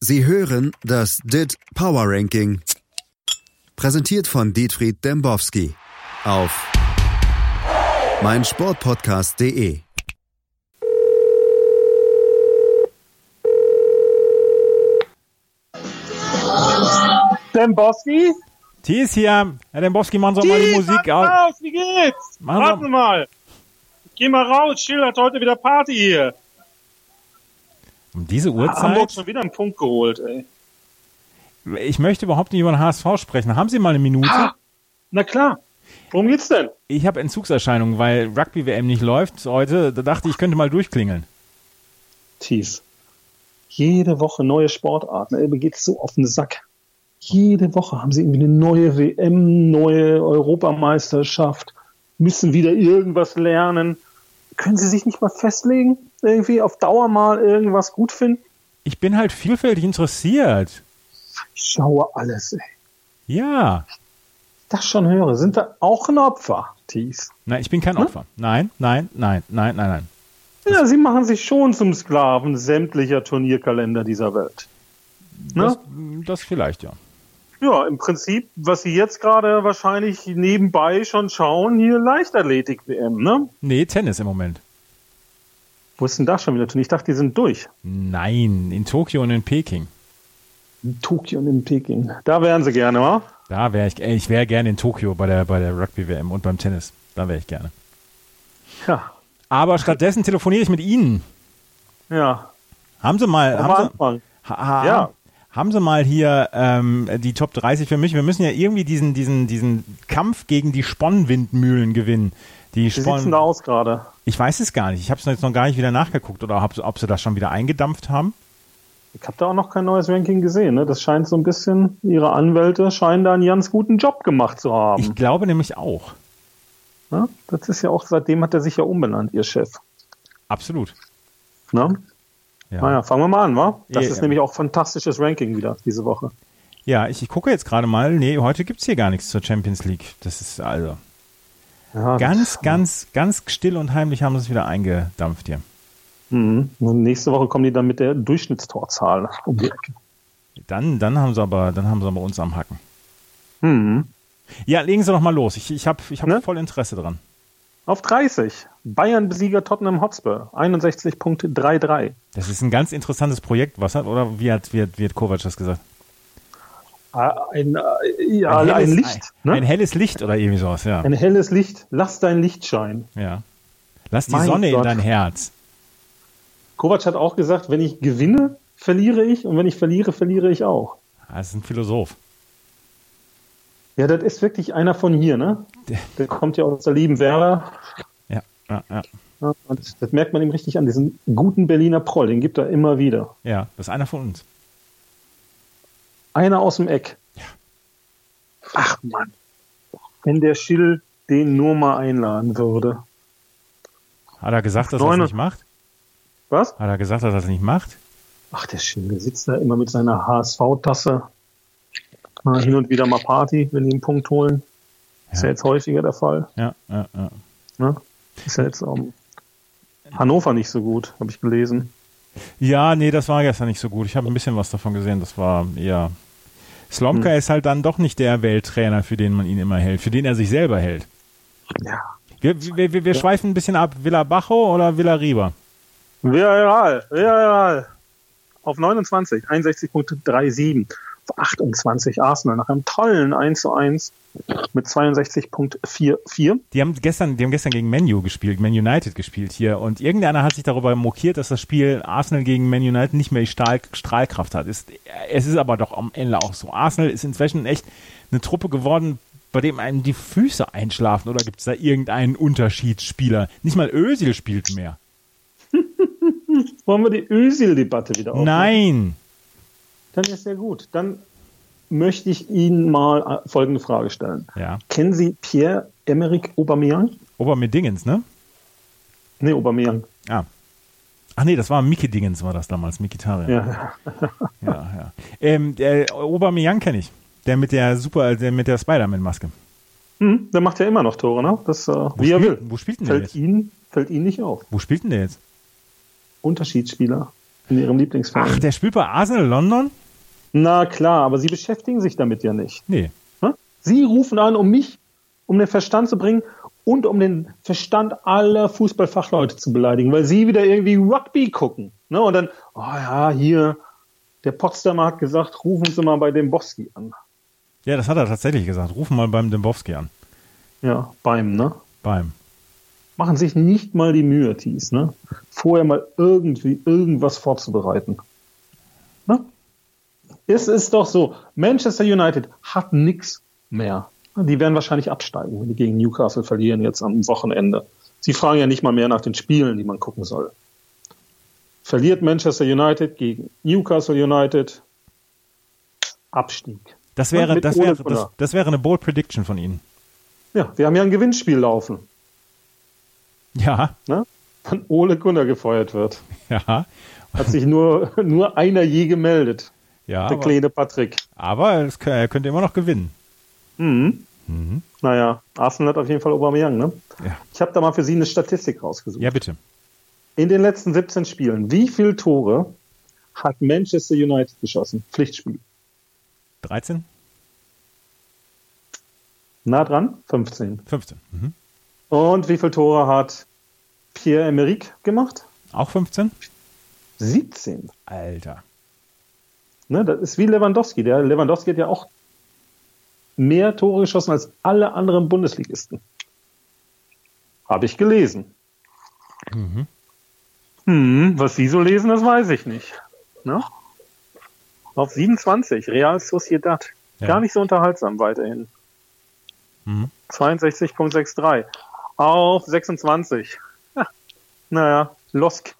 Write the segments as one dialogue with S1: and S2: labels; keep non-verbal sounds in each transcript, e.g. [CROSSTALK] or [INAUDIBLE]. S1: Sie hören das DIT Power Ranking. Präsentiert von Dietfried Dembowski auf meinsportpodcast.de.
S2: Dembowski?
S3: Thies hier. Herr Dembowski, machen Sie doch mal die
S2: Dies,
S3: Musik
S2: Mann,
S3: aus.
S2: raus, Wie geht's?
S3: Mann,
S2: Warten
S3: Mann.
S2: mal. Ich geh mal raus. Schill hat heute wieder Party hier.
S3: Um diese
S2: Hamburg
S3: Uhrzeit?
S2: schon wieder einen Punkt geholt, ey.
S3: Ich möchte überhaupt nicht über den HSV sprechen. Haben Sie mal eine Minute?
S2: Na klar. Worum geht's denn?
S3: Ich habe Entzugserscheinungen, weil Rugby-WM nicht läuft heute. Da dachte ich, ich könnte mal durchklingeln.
S2: Thies. Jede Woche neue Sportarten. Ey, mir geht's so auf den Sack. Jede Woche haben sie irgendwie eine neue WM, neue Europameisterschaft, müssen wieder irgendwas lernen. Können sie sich nicht mal festlegen? Irgendwie auf Dauer mal irgendwas gut finden?
S3: Ich bin halt vielfältig interessiert.
S2: Ich schaue alles, ey.
S3: Ja.
S2: das schon höre, sind da auch ein Opfer, Thies.
S3: Nein, ich bin kein Opfer. Nein, nein, nein, nein, nein, nein.
S2: Ja, sie machen sich schon zum Sklaven sämtlicher Turnierkalender dieser Welt. Ne?
S3: Das, das vielleicht, ja.
S2: Ja, im Prinzip, was sie jetzt gerade wahrscheinlich nebenbei schon schauen, hier Leichtathletik-WM, ne?
S3: Nee, Tennis im Moment.
S2: Wo ist denn da schon wieder Turnier? Ich dachte, die sind durch.
S3: Nein, in Tokio und in Peking.
S2: In Tokio und in Peking. Da wären sie gerne, wa?
S3: Da wäre ich, ey, ich wäre gerne in Tokio bei der, bei der Rugby-WM und beim Tennis. Da wäre ich gerne.
S2: Ja,
S3: Aber stattdessen telefoniere ich mit Ihnen.
S2: ja.
S3: Haben Sie mal,
S2: Aber
S3: haben Sie,
S2: anfangen.
S3: ha, ha,
S2: Ja.
S3: haben Sie mal hier ähm, die Top 30 für mich? Wir müssen ja irgendwie diesen, diesen, diesen Kampf gegen die Sponnwindmühlen gewinnen. Die
S2: Wie sieht's denn
S3: Spon
S2: da aus gerade?
S3: ich weiß es gar nicht. Ich habe es jetzt noch gar nicht wieder nachgeguckt oder ob, ob sie das schon wieder eingedampft haben.
S2: Ich habe da auch noch kein neues Ranking gesehen, ne? Das scheint so ein bisschen, ihre Anwälte scheinen da einen ganz guten Job gemacht zu haben.
S3: Ich glaube nämlich auch.
S2: Ne? Das ist ja auch, seitdem hat er sich ja umbenannt, ihr Chef.
S3: Absolut.
S2: Ne?
S3: Ja,
S2: Naja, fangen wir mal an, wa? Das
S3: Ja,
S2: ist
S3: ja.
S2: nämlich auch fantastisches Ranking wieder diese Woche.
S3: ja ich, ich gucke jetzt gerade mal. Nee, heute gibt's hier gar nichts zur Champions League. Das ist also
S2: Ja,
S3: ganz, ganz, ganz still und heimlich haben sie es wieder eingedampft hier.
S2: Mhm. Und nächste Woche kommen die dann mit der Durchschnittstorzahl um die Ecke.
S3: Dann, dann haben sie aber, dann haben sie aber uns am Hacken.
S2: Mhm.
S3: Ja, legen Sie doch mal los. Ich, ich habe ich hab
S2: Ne?
S3: voll Interesse dran.
S2: Auf 30. Bayern Besieger Tottenham Hotspur. 61.33.
S3: Das ist ein ganz interessantes Projekt, was hat, oder wie hat, wie hat, wie hat Kovac das gesagt?
S2: Ah, Ein, äh, ja, ein, Licht.
S3: ein,
S2: ne?
S3: ein
S2: ein,
S3: helles Licht oder irgendwie sowas, ja.
S2: helles Licht. Lass dein Licht scheinen.
S3: ja. Lass die
S2: Mein
S3: Sonne in
S2: Gott.
S3: dein Herz.
S2: Kovac hat auch gesagt, wenn ich gewinne, verliere ich. Und wenn ich verliere, verliere ich auch.
S3: Ah, Das ist ein Philosoph.
S2: Ja, das ist wirklich einer von hier, ne?
S3: Der-
S2: Der kommt ja aus der lieben Werder.
S3: Ja, ja, ja.
S2: Ja, Und das merkt man ihm richtig an, diesen guten Berliner Proll, den gibt er immer wieder.
S3: ja das ist einer von uns.
S2: Einer aus dem Eck. Ach Mann, wenn der Schill den nur mal einladen würde.
S3: Hat er gesagt, dass er das
S2: Neune-
S3: nicht macht?
S2: Was?
S3: Hat er gesagt, dass er das nicht macht?
S2: Ach, der Schill, der sitzt da immer mit seiner HSV-Tasse. Mal Hin und wieder mal Party, wenn die einen Punkt holen. Ist ja jetzt häufiger der Fall.
S3: Ja, ja, ja.
S2: Ne? Ist ja jetzt um, Hannover nicht so gut, habe ich gelesen.
S3: Ja, nee, das war gestern nicht so gut. Ich habe ein bisschen was davon gesehen. Das war eher. Slomka
S2: Hm.
S3: ist halt dann doch nicht der Welttrainer, für den man ihn immer hält, für den er sich selber hält.
S2: Ja.
S3: Wir, wir, wir, wir schweifen ein bisschen ab. Villa Bajo oder Villa Riba?
S2: Villarreal, Villarreal. Auf 29, 61.37. Auf 28 Arsenal nach einem tollen 1 zu 1 mit 62.44.
S3: Die haben gestern, die haben gestern gegen Menu gespielt, Man United gespielt hier. Und irgendeiner hat sich darüber mokiert, dass das Spiel Arsenal gegen Man United nicht mehr die Stahl, Strahlkraft hat. Ist, es ist aber doch am Ende auch so. Arsenal ist inzwischen echt eine Truppe geworden, bei dem einem die Füße einschlafen. Oder gibt es da irgendeinen Unterschiedsspieler? Nicht mal Özil spielt mehr.
S2: Wollen wir die Özil-Debatte wieder aufnehmen?
S3: Nein!
S2: Dann ist ja gut. Dann möchte ich Ihnen mal äh, folgende Frage stellen.
S3: Ja.
S2: Kennen Sie Pierre-Emerick Aubameyang?
S3: Ober mit Dingens, ne?
S2: Nee, Aubameyang.
S3: Ja. Ach nee, das war Mickey Dingens, war das damals, Mikitarian.
S2: Ja.
S3: Ja, ja. Ähm, der Aubameyang kenne ich. Der mit der Super, der mit der Spider-Man-Maske.
S2: Hm, der macht ja immer noch Tore, ne? Das, äh, wie er
S3: spielt-
S2: will.
S3: wo spielt denn der
S2: fällt
S3: jetzt?
S2: Ihnen, fällt Ihnen nicht auf.
S3: Wo spielt denn der jetzt?
S2: Unterschiedsspieler. in ihrem Lieblingsverein.
S3: Ach, der spielt bei Arsenal London?
S2: Na klar, aber sie beschäftigen sich damit ja nicht.
S3: Nee.
S2: Ne? Sie rufen an, um mich, um den Verstand zu bringen und um den Verstand aller Fußballfachleute zu beleidigen, weil sie wieder irgendwie Rugby gucken. Ne? Und dann, oh ja, hier, der Potsdamer hat gesagt, rufen Sie mal bei dem Boski an.
S3: Ja, das hat er tatsächlich gesagt. Ruf mal beim Dembowski an.
S2: Ja, beim, ne?
S3: Beim.
S2: Machen sich nicht mal die Mühe, Thies, ne? Vorher mal irgendwie irgendwas vorzubereiten. Ne? Es ist doch so, Manchester United hat nichts mehr. Die werden wahrscheinlich absteigen, wenn die gegen Newcastle verlieren jetzt am Wochenende. Sie fragen ja nicht mal mehr nach den Spielen, die man gucken soll. Verliert Manchester United gegen Newcastle United Abstieg.
S3: Das
S2: Und
S3: wäre,
S2: mit
S3: das,
S2: Ole
S3: wäre,
S2: Gunnar.
S3: das, das wäre eine Bold Prediction von Ihnen. [LAUGHS]
S2: Ja, wir haben ja ein Gewinnspiel laufen, [LAUGHS]
S3: Ja,
S2: ne? Wenn Ole Gunnar gefeuert wird.
S3: ja,
S2: Hat sich nur, [LAUGHS] nur einer je gemeldet,
S3: ja.
S2: der
S3: Aber,
S2: kleine Patrick.
S3: aber es, kö- er könnte immer noch gewinnen.
S2: Mhm. Naja, Arsenal hat auf jeden Fall Aubameyang, ne?
S3: Ja,
S2: Ich habe da mal für Sie eine Statistik rausgesucht.
S3: ja bitte.
S2: In den letzten 17 Spielen, wie viele Tore hat Manchester United geschossen? Pflichtspiel.
S3: 13,
S2: Nah dran, 15.
S3: 15. Mhm.
S2: Und wie viele Tore hat Pierre-Emerick gemacht?
S3: Auch 15?
S2: 17.
S3: Alter.
S2: Ne, das ist wie Lewandowski. Der Lewandowski hat ja auch mehr Tore geschossen als alle anderen Bundesligisten. Habe ich gelesen. Hm, was Sie so lesen, das weiß ich nicht. Ne? Auf 27, Real Sociedad.
S3: Ja.
S2: Gar nicht so unterhaltsam weiterhin.
S3: Mhm.
S2: 62,63. Auf 26. Ha, naja, Losk.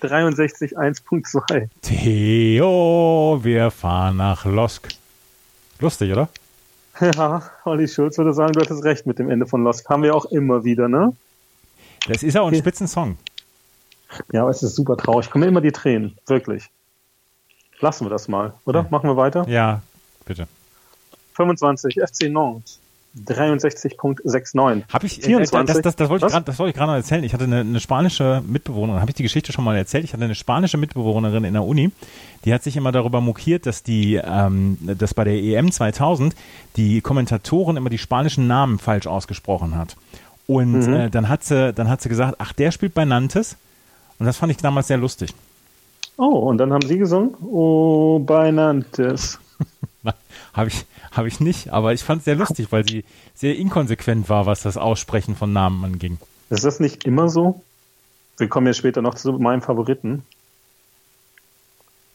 S2: 63, 1,2.
S3: Theo, wir fahren nach Losk. Lustig, oder?
S2: Ja, Olli Schulz würde sagen, du hattest recht mit dem Ende von Lost. Haben wir auch immer wieder, ne?
S3: Das ist ja auch ein
S2: Ja.
S3: Spitzensong.
S2: Ja, aber es ist super traurig. Kommen mir immer die Tränen, wirklich. Lassen wir das mal, oder? Machen wir weiter.
S3: Ja, bitte.
S2: 25, FC Nantes. 63.69.
S3: Habe ich, äh,
S2: 24?
S3: das, das, das wollte ich
S2: Was?
S3: grad- das wollte ich gerade noch erzählen. Ich hatte eine, eine spanische Mitbewohnerin, habe ich die Geschichte schon mal erzählt? Ich hatte eine spanische Mitbewohnerin in der Uni, die hat sich immer darüber mokiert, dass die, ähm, dass bei der EM 2000 die Kommentatoren immer die spanischen Namen falsch ausgesprochen hat. Und äh, dann hat sie, dann hat sie gesagt, ach, der spielt bei Nantes. Und das fand ich damals sehr lustig. [LAUGHS]
S2: Oh, und dann haben Sie gesungen? Oh, Beinantes.
S3: Habe ich, habe ich nicht, aber ich fand es sehr lustig, weil sie sehr inkonsequent war, was das Aussprechen von Namen anging.
S2: Ist das nicht immer so? Wir kommen ja später noch zu meinem Favoriten.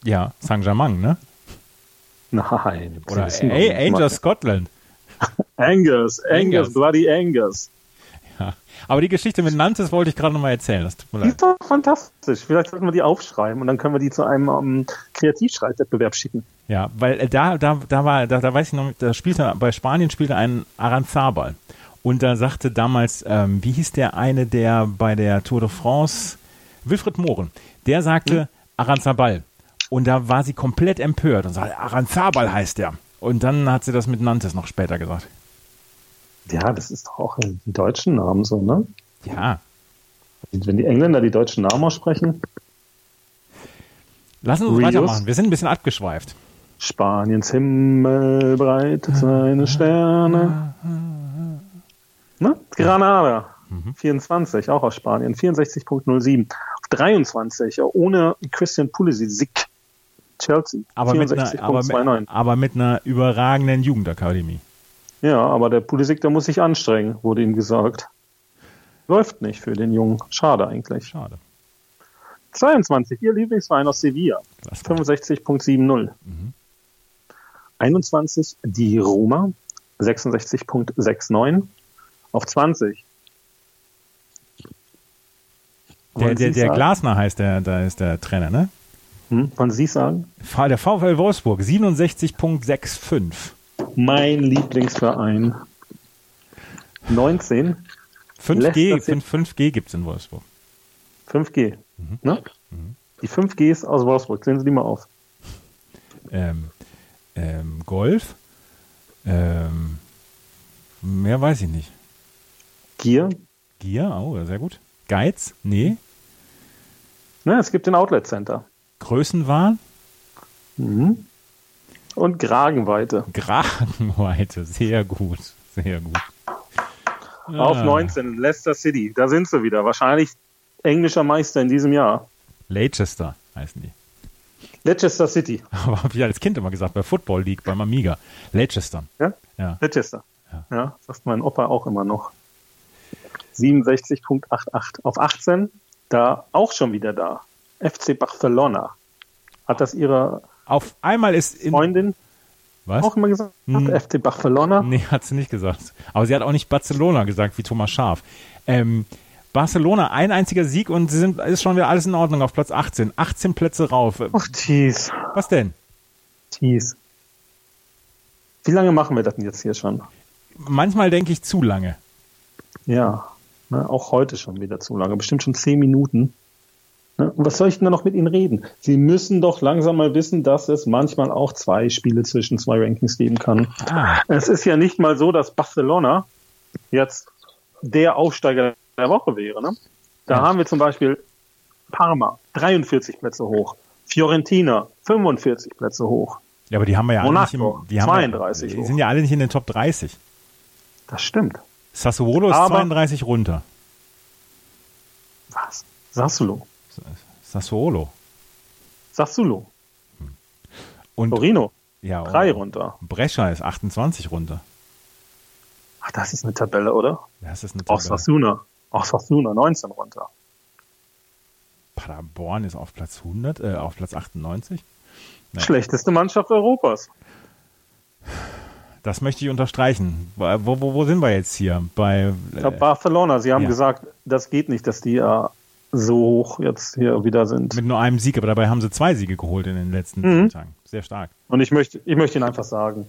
S3: Ja, Saint-Germain, ne?
S2: Nein.
S3: Oder
S2: Sie wissen,
S3: A-
S2: warum ich
S3: Angel Scotland.
S2: mag. Angus,
S3: Angus.
S2: Angus, bloody Angus.
S3: Ja. Aber die Geschichte mit Nantes wollte ich gerade nochmal erzählen. Das tut mir
S2: Die
S3: leid.
S2: ist doch fantastisch. Vielleicht sollten wir die aufschreiben und dann können wir die zu einem ähm, Kreativschreibwettbewerb schicken.
S3: Ja, weil äh, da, da, da war, da, da weiß ich noch, da spielte, bei Spanien spielte ein Aranzabal. Und da sagte damals, ähm, wie hieß der eine, der bei der Tour de France, Wilfried Mohren, der sagte Aranzabal. Und da war sie komplett empört und sagte, Aranzabal heißt der. Und dann hat sie das mit Nantes noch später gesagt.
S2: Ja, das ist doch auch im deutschen Namen so, ne?
S3: Ja,
S2: Wenn die Engländer die deutschen Namen aussprechen,
S3: lassen Sie uns
S2: Rios?
S3: weitermachen. Wir sind ein bisschen abgeschweift.
S2: Spaniens Himmel breitet seine Sterne. Ne? Granada, 24, auch aus Spanien, 64.07. Auf 23, ohne Christian Pulisic, Chelsea,
S3: Aber mit, einer, aber, mit,
S2: 64.29.
S3: aber mit einer überragenden Jugendakademie.
S2: Ja, aber der Pulisic, der muss sich anstrengen, wurde ihm gesagt. Läuft nicht für den Jungen. Schade eigentlich.
S3: Schade.
S2: 22, ihr Lieblingsverein aus Sevilla.
S3: Lass mal.
S2: 65.70.
S3: Mhm.
S2: 21, die Roma. 66.69. Auf 20.
S3: Der,
S2: Wollen
S3: der,
S2: Sie
S3: der
S2: sagen?
S3: Glasner heißt der, da ist der Trainer, ne?
S2: Hm, wollen Sie sagen?
S3: V- Der VfL Wolfsburg 67.65.
S2: Mein Lieblingsverein. 19,
S3: 5G,
S2: Leicester
S3: 5, 5G gibt es in Wolfsburg.
S2: 5G.
S3: Mhm.
S2: Ne? Die 5Gs aus Wolfsburg, sehen Sie die mal auf.
S3: Ähm, ähm, Golf. Ähm, mehr weiß ich nicht.
S2: Gier.
S3: Gier, oh, sehr gut. Geiz? Nee.
S2: Ne, es gibt den Outlet Center.
S3: Größenwahn?
S2: Mhm. Und Kragenweite.
S3: Kragenweite, [LAUGHS] sehr gut, sehr gut.
S2: Auf
S3: Ah,
S2: 19, Leicester City. Da sind sie wieder. Wahrscheinlich englischer Meister in diesem Jahr.
S3: Leicester heißen die.
S2: Leicester City.
S3: Aber habe ich als Kind immer gesagt, bei Football League, beim Amiga. Leicester.
S2: Ja?
S3: Ja.
S2: Leicester. Ja. sagt mein Opa auch immer noch. 67.88. Auf 18, da auch schon wieder da. FC Barcelona. Hat das ihre
S3: Auf einmal ist in.
S2: Freundin
S3: was? Hm.
S2: auch immer gesagt? FC Barcelona.
S3: Nee, hat sie nicht gesagt. Aber sie hat auch nicht Barcelona gesagt, wie Thomas Schaf. Ähm, Barcelona, ein einziger Sieg und sie sind, ist schon wieder alles in Ordnung auf Platz 18. 18 Plätze rauf. Äh,
S2: Ach, Thies.
S3: Was denn?
S2: Thies. Wie lange machen wir das denn jetzt hier schon?
S3: Manchmal denke ich zu lange.
S2: Ja, ne, auch heute schon wieder zu lange, bestimmt schon zehn Minuten. Ne, und was soll ich denn da noch mit Ihnen reden? Sie müssen doch langsam mal wissen, dass es manchmal auch zwei Spiele zwischen zwei Rankings geben kann.
S3: Ah,
S2: Es ist ja nicht mal so, dass Barcelona jetzt der Aufsteiger der Woche wäre. Ne? Da
S3: Ja.
S2: haben wir zum Beispiel Parma, 43 Plätze hoch. Fiorentina, 45 Plätze hoch.
S3: ja, aber die haben wir ja alle nicht
S2: Monaco,
S3: im, die haben
S2: 32
S3: Ja,
S2: hoch.
S3: die sind ja alle nicht in den Top 30.
S2: Das stimmt.
S3: Sassuolo ist
S2: Aber-
S3: 32 runter.
S2: Was? Sassuolo.
S3: Sassuolo.
S2: Sassuolo.
S3: Und
S2: Torino,
S3: ja,
S2: drei
S3: oh,
S2: runter.
S3: Brescia ist 28 runter.
S2: Ach, das ist eine Tabelle, oder?
S3: Das ist eine
S2: Auch
S3: Tabelle.
S2: Sassuna. Auch Sassuna, 19 runter.
S3: Paderborn ist auf Platz 100, äh, auf Platz 98. Ja.
S2: Schlechteste Mannschaft Europas.
S3: Das möchte ich unterstreichen. Wo, wo, wo sind wir jetzt hier? Bei
S2: Ja,
S3: äh,
S2: Barcelona, sie haben
S3: ja.
S2: gesagt, das geht nicht, dass die äh, so hoch jetzt hier wieder sind.
S3: mit nur einem Sieg, aber dabei haben sie zwei Siege geholt in den letzten zehn Tagen. Sehr stark.
S2: Und ich möchte, ich möchte Ihnen einfach sagen,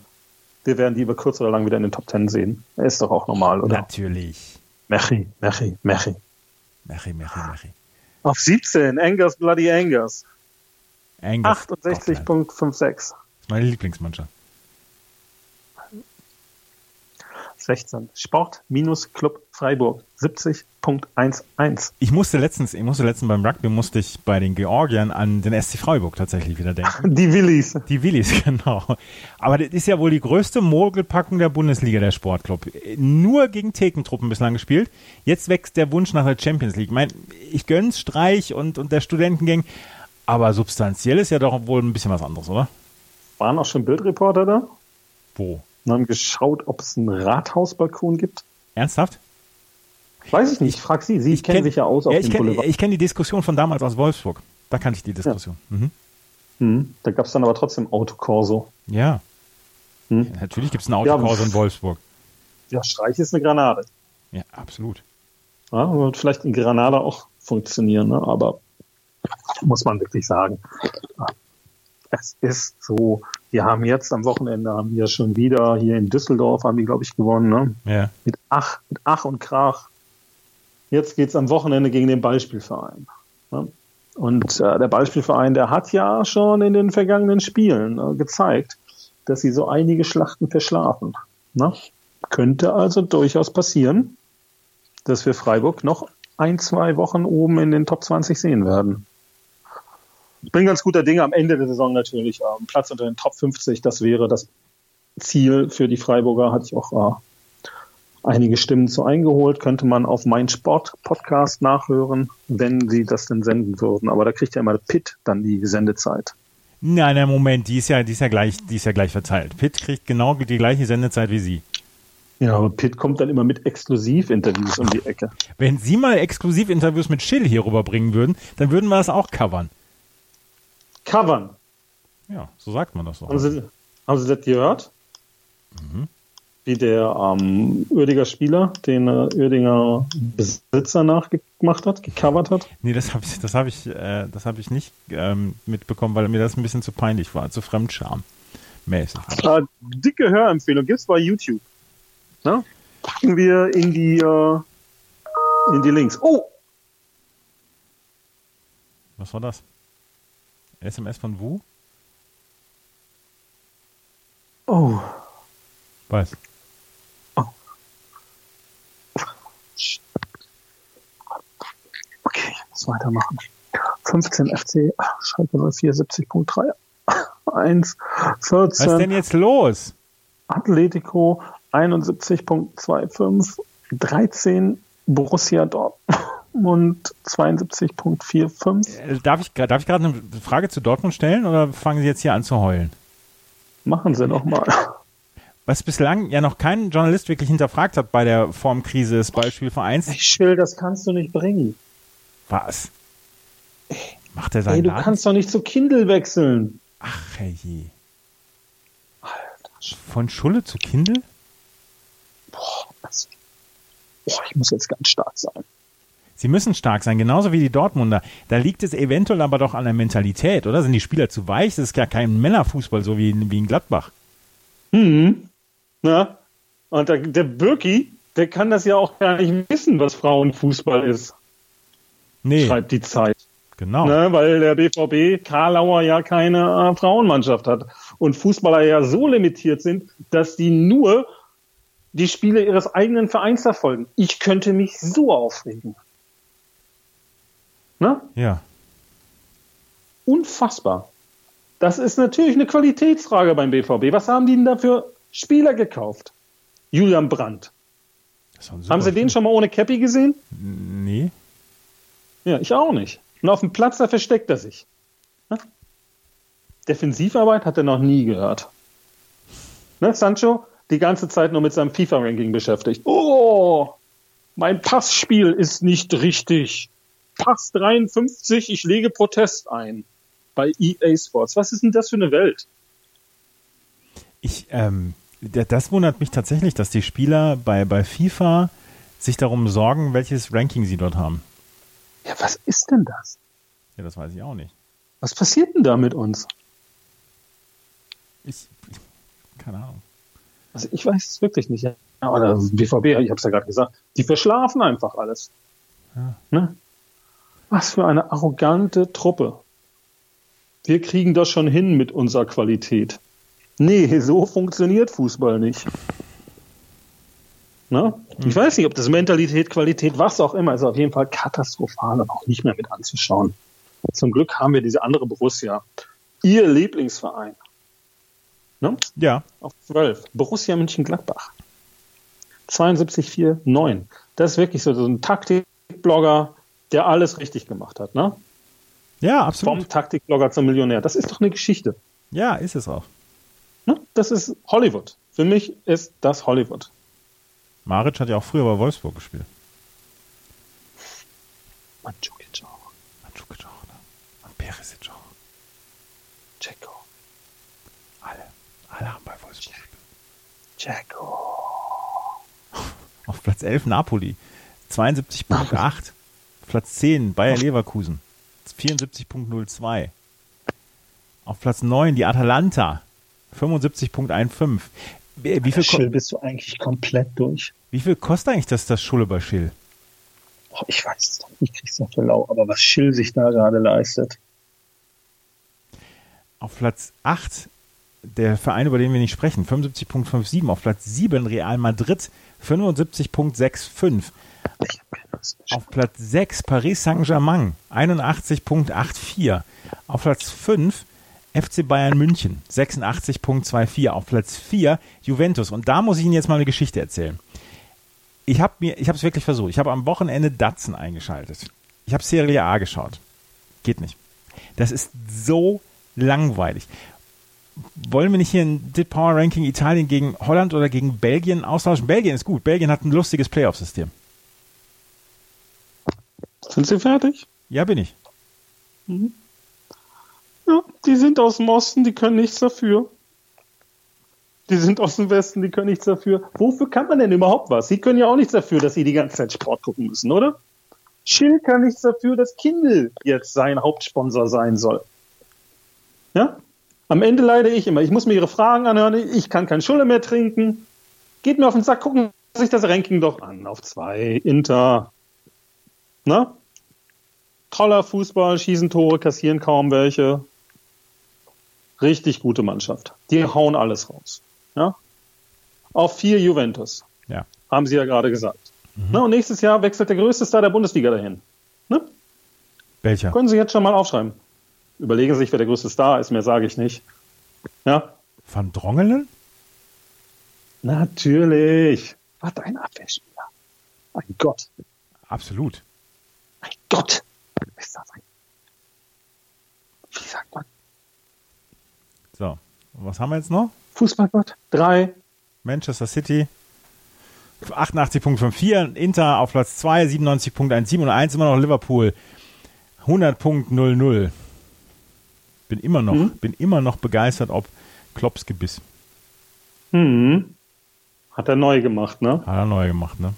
S2: wir werden die über kurz oder lang wieder in den Top Ten sehen. Er ist doch auch normal, oder?
S3: Natürlich.
S2: Mechi, Mechi, Mechi.
S3: Machi, Machi, Machi.
S2: Auf 17, Engers, Bloody Engers.
S3: Angus Scotland.
S2: 68.56.
S3: Das ist meine Lieblingsmannschaft.
S2: 16. Sport minus Club Freiburg, 70.11.
S3: Ich musste letztens, ich musste letztens beim Rugby musste ich bei den Georgiern an den SC Freiburg tatsächlich wieder denken.
S2: Die Willis.
S3: Die Willis, [LAUGHS] genau. Aber das ist ja wohl die größte Mogelpackung der Bundesliga, der Sportclub. Nur gegen Thekentruppen bislang gespielt. Jetzt wächst der Wunsch nach der Champions League. Ich meine, ich gönn's Streich und, und der Studentengang. Aber substanziell ist ja doch wohl ein bisschen was anderes, oder?
S2: Waren auch schon Bildreporter da?
S3: Wo?
S2: und haben geschaut, ob es einen Rathausbalkon gibt.
S3: Ernsthaft?
S2: Weiß ich nicht, ich frage Sie. Sie kennen
S3: kenn-
S2: sich ja aus auf
S3: ja,
S2: dem
S3: ich kenn-
S2: Boulevard.
S3: Ich kenne die Diskussion von damals aus Wolfsburg. Da kannte ich die Diskussion. Ja. Mhm.
S2: Hm, da gab es dann aber trotzdem Autokorso.
S3: ja.
S2: Hm.
S3: Natürlich gibt's einen Autokorso
S2: Ja.
S3: in Wolfsburg.
S2: Ja, Streich ist eine Granate.
S3: Ja, absolut.
S2: Ja, wird vielleicht in Granada auch funktionieren, ne? aber muss man wirklich sagen. Es ist so, wir haben jetzt am Wochenende haben wir schon wieder hier in Düsseldorf, haben die, glaube ich, gewonnen, ne?
S3: Ja.
S2: Mit Ach, mit Ach und Krach. Jetzt geht's am Wochenende gegen den Ballspielverein. Ne? Und äh, der Ballspielverein, der hat ja schon in den vergangenen Spielen äh, gezeigt, dass sie so einige Schlachten verschlafen. Ne? Könnte also durchaus passieren, dass wir Freiburg noch ein, zwei Wochen oben in den Top 20 sehen werden. Ich bin ganz guter Dinge am Ende der Saison natürlich. Ähm, Platz unter den Top 50, das wäre das Ziel für die Freiburger, hatte ich auch äh, einige Stimmen zu eingeholt, könnte man auf mein Sport Podcast nachhören, wenn sie das denn senden würden. Aber da kriegt ja immer Pitt dann die Sendezeit.
S3: Nein, nein, Moment, die ist ja, die ist ja gleich, die ist ja gleich verteilt. Pitt kriegt genau die gleiche Sendezeit wie sie.
S2: Ja, aber Pitt kommt dann immer mit Exklusivinterviews um die Ecke.
S3: Wenn Sie mal Exklusivinterviews mit Schill hier rüberbringen würden, dann würden wir das auch covern.
S2: Covern.
S3: Ja, so sagt man das doch.
S2: Haben Sie, haben sie das gehört? Wie der ähm, Uerdinger Spieler den äh, Uerdinger Besitzer nachgemacht hat, gecovert hat?
S3: nee, das habe ich, das habe ich, äh, das habe ich nicht ähm, mitbekommen, weil mir das ein bisschen zu peinlich war, zu Fremdscham. Mäßig.
S2: Äh, dicke Hörempfehlung gibt's bei YouTube. Ne? Packen wir in die, äh, in die Links. Oh,
S3: Was war das? SMS von Wu?
S2: oh.
S3: Weiß.
S2: Okay, ich muss weitermachen. 15 FC, ach, Schalke 04, [LAUGHS] 70.3, 1,
S3: Was ist
S2: 14,
S3: denn jetzt los?
S2: Atletico 71.25, 13, Borussia Dortmund 72.45.
S3: Äh, Darf ich, gra- darf ich gerade eine Frage zu Dortmund stellen oder fangen Sie jetzt hier an zu heulen?
S2: Machen Sie noch mal.
S3: Was bislang ja noch kein Journalist wirklich hinterfragt hat bei der Formkrise des Beispielvereins.
S2: Schill, das kannst du nicht bringen.
S3: Was? Macht er
S2: Ey,
S3: seinen
S2: du
S3: Laden?
S2: kannst doch nicht zu Kindle wechseln.
S3: Ach, herrje. Von Schulle zu Kindle?
S2: Boah, das, boah, ich muss jetzt ganz stark sein.
S3: Sie müssen stark sein, genauso wie die Dortmunder. Da liegt es eventuell aber doch an der Mentalität, oder? Sind die Spieler zu weich? Das ist ja kein Männerfußball, so wie in, wie in Gladbach.
S2: Hm. Na? Und der, der Birki, der kann das ja auch gar nicht wissen, was Frauenfußball ist,
S3: Nee,
S2: schreibt die Zeit.
S3: genau.
S2: Ne? Weil der BVB Karlauer ja keine äh, Frauenmannschaft hat und Fußballer ja so limitiert sind, dass die nur die Spiele ihres eigenen Vereins verfolgen. Ich könnte mich so aufregen. Ne?
S3: Ja.
S2: unfassbar. Das ist natürlich eine Qualitätsfrage beim BVB. Was haben die denn da für Spieler gekauft? Julian Brandt.
S3: Das ist doch ein
S2: haben Sie
S3: super
S2: den schon mal ohne Cappy gesehen?
S3: Spiel. Nee.
S2: Ja, ich auch nicht. Und auf dem Platz, da versteckt er sich. Ne? Defensivarbeit hat er noch nie gehört. Ne, Sancho, die ganze Zeit nur mit seinem FIFA-Ranking beschäftigt. Oh, mein Passspiel ist nicht richtig. Pass 53, ich lege Protest ein. Bei EA Sports. Was ist denn das für eine Welt?
S3: Ich, ähm, da- das wundert mich tatsächlich, dass die Spieler bei, bei FIFA sich darum sorgen, welches Ranking sie dort haben.
S2: Ja, was ist denn das?
S3: Ja, das weiß ich auch nicht.
S2: Was passiert denn da mit uns?
S3: Ich, ich keine Ahnung.
S2: Also ich weiß es wirklich nicht. Ja, oder BVB, ich habe es ja gerade gesagt, die verschlafen einfach alles. Ne? Was für eine arrogante Truppe. Wir kriegen das schon hin mit unserer Qualität. Nee, so funktioniert Fußball nicht. Ne? Ich weiß nicht, ob das Mentalität, Qualität, was auch immer, ist auf jeden Fall katastrophal und auch nicht mehr mit anzuschauen. Zum Glück haben wir diese andere Borussia. Ihr Lieblingsverein. Ne?
S3: Ja,
S2: auf 12. Borussia Mönchengladbach. 72,49. Das ist wirklich so, so ein Taktikblogger, der alles richtig gemacht hat. Ne?
S3: ja, absolut.
S2: Vom Taktikblogger zum Millionär. Das ist doch eine Geschichte.
S3: Ja, ist es auch.
S2: Ne? Das ist Hollywood. Für mich ist das Hollywood.
S3: Maric hat ja auch früher bei Wolfsburg gespielt.
S2: Mandzukic auch.
S3: Mandzukic auch, ne? Und Perisic auch.
S2: Dzeko.
S3: Alle. Alle haben bei Wolfsburg gespielt.
S2: Dzeko.
S3: Auf Platz 11 Napoli. 72.8. Platz 10 Bayer Leverkusen. 74.02. Auf Platz 9 die Atalanta. 75.15. Wie wie viel, ko-
S2: Schill, bist du eigentlich komplett durch?
S3: wie viel kostet eigentlich das, das Schulle bei Schill?
S2: Oh, ich weiß es doch nicht, ich krieg's noch für lau, aber was Schill sich da gerade leistet.
S3: Auf Platz 8 der Verein, über den wir nicht sprechen, 75.57. Auf Platz 7 Real Madrid, 75.65.
S2: Ich hab keine Lust.
S3: Auf Platz 6 Paris Saint-Germain, 81.84. Auf Platz 5 FC Bayern München, 86.24. Auf Platz 4 Juventus. Und da muss ich Ihnen jetzt mal eine Geschichte erzählen. Ich habe mir, ich habe es wirklich versucht. Ich habe am Wochenende Datsen eingeschaltet. Ich habe Serie A geschaut. Geht nicht. Das ist so langweilig. Wollen wir nicht hier ein Dit Power Ranking Italien gegen Holland oder gegen Belgien austauschen? Belgien ist gut. Belgien hat ein lustiges Playoff-System.
S2: Sind Sie fertig?
S3: Ja, bin ich.
S2: Ja, die sind aus dem Osten, die können nichts dafür. Die sind aus dem Westen, die können nichts dafür. Wofür kann man denn überhaupt was? Sie können ja auch nichts dafür, dass sie die ganze Zeit Sport gucken müssen, oder? Schill kann nichts dafür, dass Kindle jetzt sein Hauptsponsor sein soll. Ja? Am Ende leide ich immer. Ich muss mir ihre Fragen anhören. Ich kann kein Schulle mehr trinken. Geht mir auf den Sack, gucken Sie sich das Ranking doch an. Auf zwei, Inter. Na? Toller Fußball, schießen Tore, kassieren kaum welche richtig gute Mannschaft. Die hauen alles raus. Ja? Auf vier Juventus,
S3: Ja.
S2: haben sie ja gerade gesagt. Na, und nächstes Jahr wechselt der größte Star der Bundesliga dahin. Ne?
S3: Welcher?
S2: Können Sie jetzt schon mal aufschreiben. Überlegen Sie sich, wer der größte Star ist, mehr sage ich nicht. Ja?
S3: Van Drongelen?
S2: Natürlich. Warte, ein Abwehrspieler. Ein Gott.
S3: Absolut.
S2: Mein Gott. Ist das ein. Wie sagt man?
S3: So. Und was haben wir jetzt noch?
S2: Fußballgott? Drei.
S3: Manchester City. 88.54, Inter auf Platz 2, 97.17 und 1 immer noch Liverpool. 100.00. Bin immer noch, bin immer noch begeistert, ob Klopps Gebiss.
S2: Hm. Hat er neu gemacht, ne?
S3: Hat er neu gemacht, ne?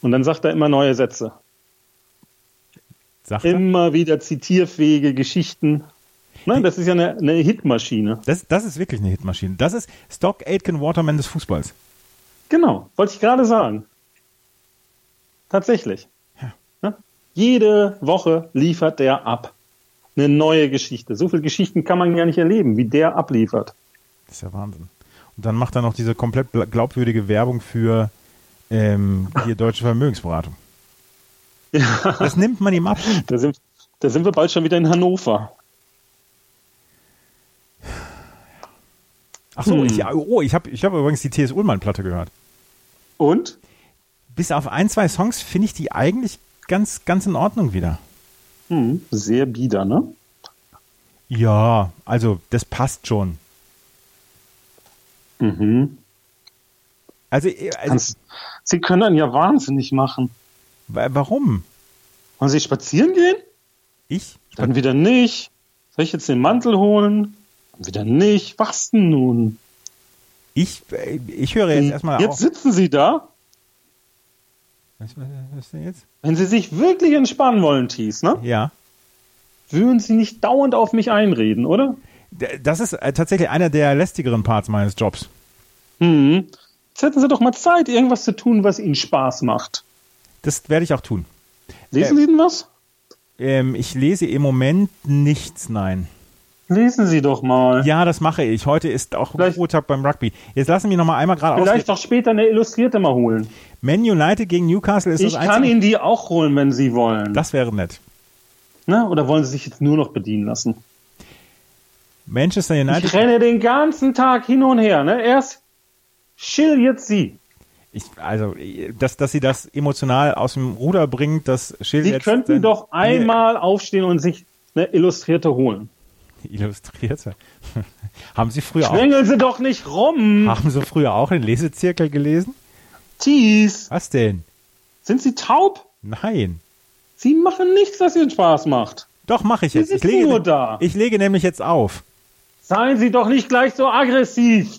S2: Und dann sagt er immer neue Sätze.
S3: Sagt er?
S2: Immer wieder zitierfähige Geschichten. Nein, das ist ja eine, eine Hitmaschine.
S3: Das, das ist wirklich eine Hitmaschine. Das ist Stock Aitken Waterman des Fußballs.
S2: Genau, wollte ich gerade sagen. Tatsächlich.
S3: Ja.
S2: Ne? Jede Woche liefert der ab. Eine neue Geschichte. So viele Geschichten kann man ja nicht erleben, wie der
S3: [LAUGHS]
S2: abliefert.
S3: Das ist ja Wahnsinn. Und dann macht er noch diese komplett bla- glaubwürdige Werbung für ähm, die deutsche Vermögensberatung. Das nimmt man ihm ab.
S2: Da sind, da sind wir bald schon wieder in Hannover.
S3: Ach so,
S2: Hm.
S3: ich, oh, ich habe ich hab übrigens die T.S. Ullmann-Platte gehört.
S2: Und?
S3: Bis auf ein, zwei Songs finde ich die eigentlich ganz, ganz in Ordnung wieder.
S2: Hm, sehr bieder, ne?
S3: Ja, also das passt schon.
S2: Mhm.
S3: Also, äh, also
S2: Kannst, Sie können dann ja wahnsinnig machen.
S3: wa- warum?
S2: Wollen Sie spazieren gehen?
S3: Ich?
S2: Dann wieder nicht. Soll ich jetzt den Mantel holen? Wieder nicht. Was denn nun? Hm,
S3: Ich, äh, ich höre jetzt erstmal
S2: jetzt
S3: auf.
S2: sitzen Sie da.
S3: Was, was, was denn jetzt?
S2: Wenn Sie sich wirklich entspannen wollen, Thies, ne?
S3: Ja.
S2: Würden Sie nicht dauernd auf mich einreden, oder?
S3: D- Das ist äh, tatsächlich einer der lästigeren Parts meines Jobs. Mhm.
S2: Hm. Jetzt hätten Sie doch mal Zeit, irgendwas zu tun, was Ihnen Spaß macht.
S3: Das werde ich auch tun.
S2: Lesen Sie denn was?
S3: Ähm, ich lese im Moment nichts, nein.
S2: Lesen Sie doch mal.
S3: Ja, das mache ich. Heute ist auch
S2: Vielleicht-
S3: Ruhetag beim Rugby. Jetzt lassen wir noch mal einmal gerade
S2: Vielleicht
S3: aus.
S2: doch später eine Illustrierte mal holen.
S3: Man United gegen Newcastle ist
S2: Ich
S3: das
S2: kann
S3: einzige.
S2: Ihnen die auch holen, wenn Sie wollen.
S3: das wäre nett.
S2: Ne? Oder wollen Sie sich jetzt nur noch bedienen lassen?
S3: Manchester United.
S2: Ich renne den ganzen Tag hin und her. Ne? Erst chill jetzt Sie.
S3: Ich, also, dass, dass sie das emotional aus dem Ruder bringt, das Schild
S2: Sie
S3: jetzt
S2: könnten
S3: dann-
S2: doch einmal aufstehen und sich eine Illustrierte holen.
S3: Nee, Illustrierte. [LAUGHS] haben sie früher auch,
S2: Schlängeln Sie doch nicht rum.
S3: haben sie früher auch den Lesezirkel gelesen?
S2: Tees.
S3: Was denn?
S2: Sind Sie taub?
S3: Nein.
S2: Sie machen nichts, was Ihnen Spaß macht.
S3: Doch, mache ich
S2: Sie
S3: jetzt. Ich
S2: sitzen
S3: lege,
S2: nur da.
S3: ich lege nämlich jetzt auf.
S2: Seien Sie doch nicht gleich so aggressiv.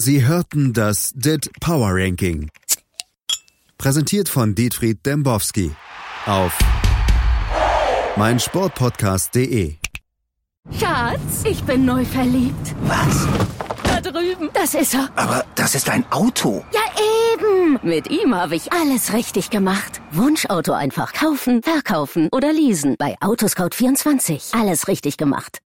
S1: Sie hörten das DIT Power Ranking. Präsentiert von Dietfried Dembowski auf meinsportpodcast.de.
S4: Schatz, ich bin neu verliebt.
S5: Was?
S4: Da drüben. Das ist er.
S5: Aber das ist ein Auto.
S4: Ja, eben. Mit ihm habe ich alles richtig gemacht. Wunschauto einfach kaufen, verkaufen oder leasen. Bei Autoscout24. Alles richtig gemacht.